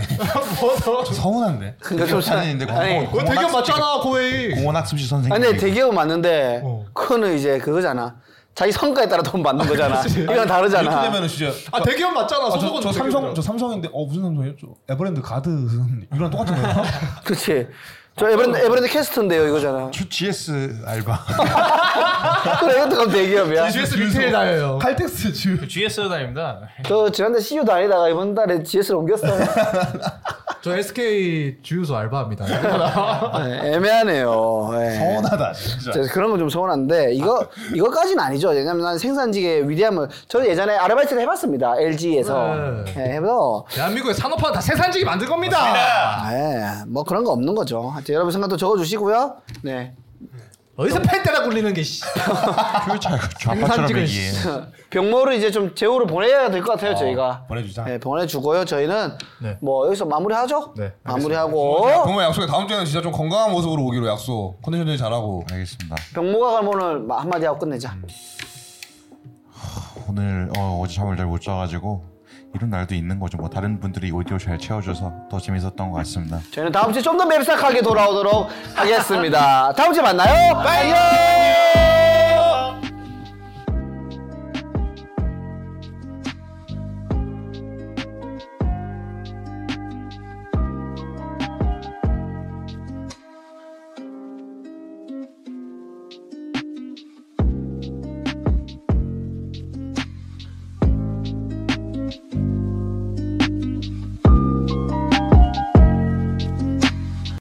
뭐?
좀 서운한데.
그러니까 좀
다니는데 공무원-
아니,
왜 대기업 맞잖아 코웨이.
공원 학습지 선생님.
아니 근데 대기업은 맞는데
어.
그거는 이제 그거잖아. 자기 성과에 따라 돈 받는 거잖아. 이건
이렇게
다르잖아.
되면은 진짜
아 대기업 맞잖아.
아, 저,
소속은
저 삼성
대기업이잖아.
저 삼성인데 어 무슨 삼성이에요? 저 에버랜드 가드 이거랑 똑같은 거예요?
그렇지. 저 에버랜드, 에버랜드 캐스트인데요 이거잖아.
주- GS 알바.
그래 이것도 그럼 대기업이야.
GS 리테일 다녀요.
칼텍스 주.
GS 다닙니다.
저 지난달 CU 다니다가 이번 달에 GS를 옮겼어.
저 SK 주유소 알바합니다.
네, 애매하네요. 네.
서운하다 진짜.
진짜 그런 건 좀 서운한데 이거 이거까지는 아니죠. 왜냐면 난 생산직의 위대함을 저는 예전에 아르바이트를 해봤습니다. LG에서
네.
해서
대한민국의 산업화는 다 세산직이 만든 겁니다.
예, 뭐 그런 거 없는 거죠. 하여튼 여러분 생각도 적어주시고요. 네.
어디서 펜 때나 굴리는 게 씨.
표차 그 좌파처럼
생산직을
얘기해.
병모를 이제 좀 제후로 보내야 될 것 같아요 저희가.
보내주자.
네, 보내주고요. 저희는
네.
뭐 여기서 마무리하죠.
네,
마무리하고
정말 약속해 다음 주에는 진짜 좀 건강한 모습으로 오기로 약속. 컨디션 되 잘하고.
알겠습니다.
병모가 그럼 오늘 마- 한마디 하고 끝내자.
오늘 어, 어제 잠을 잘 못 자가지고 이런 날도 있는 거죠. 뭐 다른 분들이 오디오 잘 채워줘서 더 재밌었던 것 같습니다.
저희는 다음 주에 좀 더 맵싹하게 돌아오도록 하겠습니다. 다음 주에 만나요. 안녕.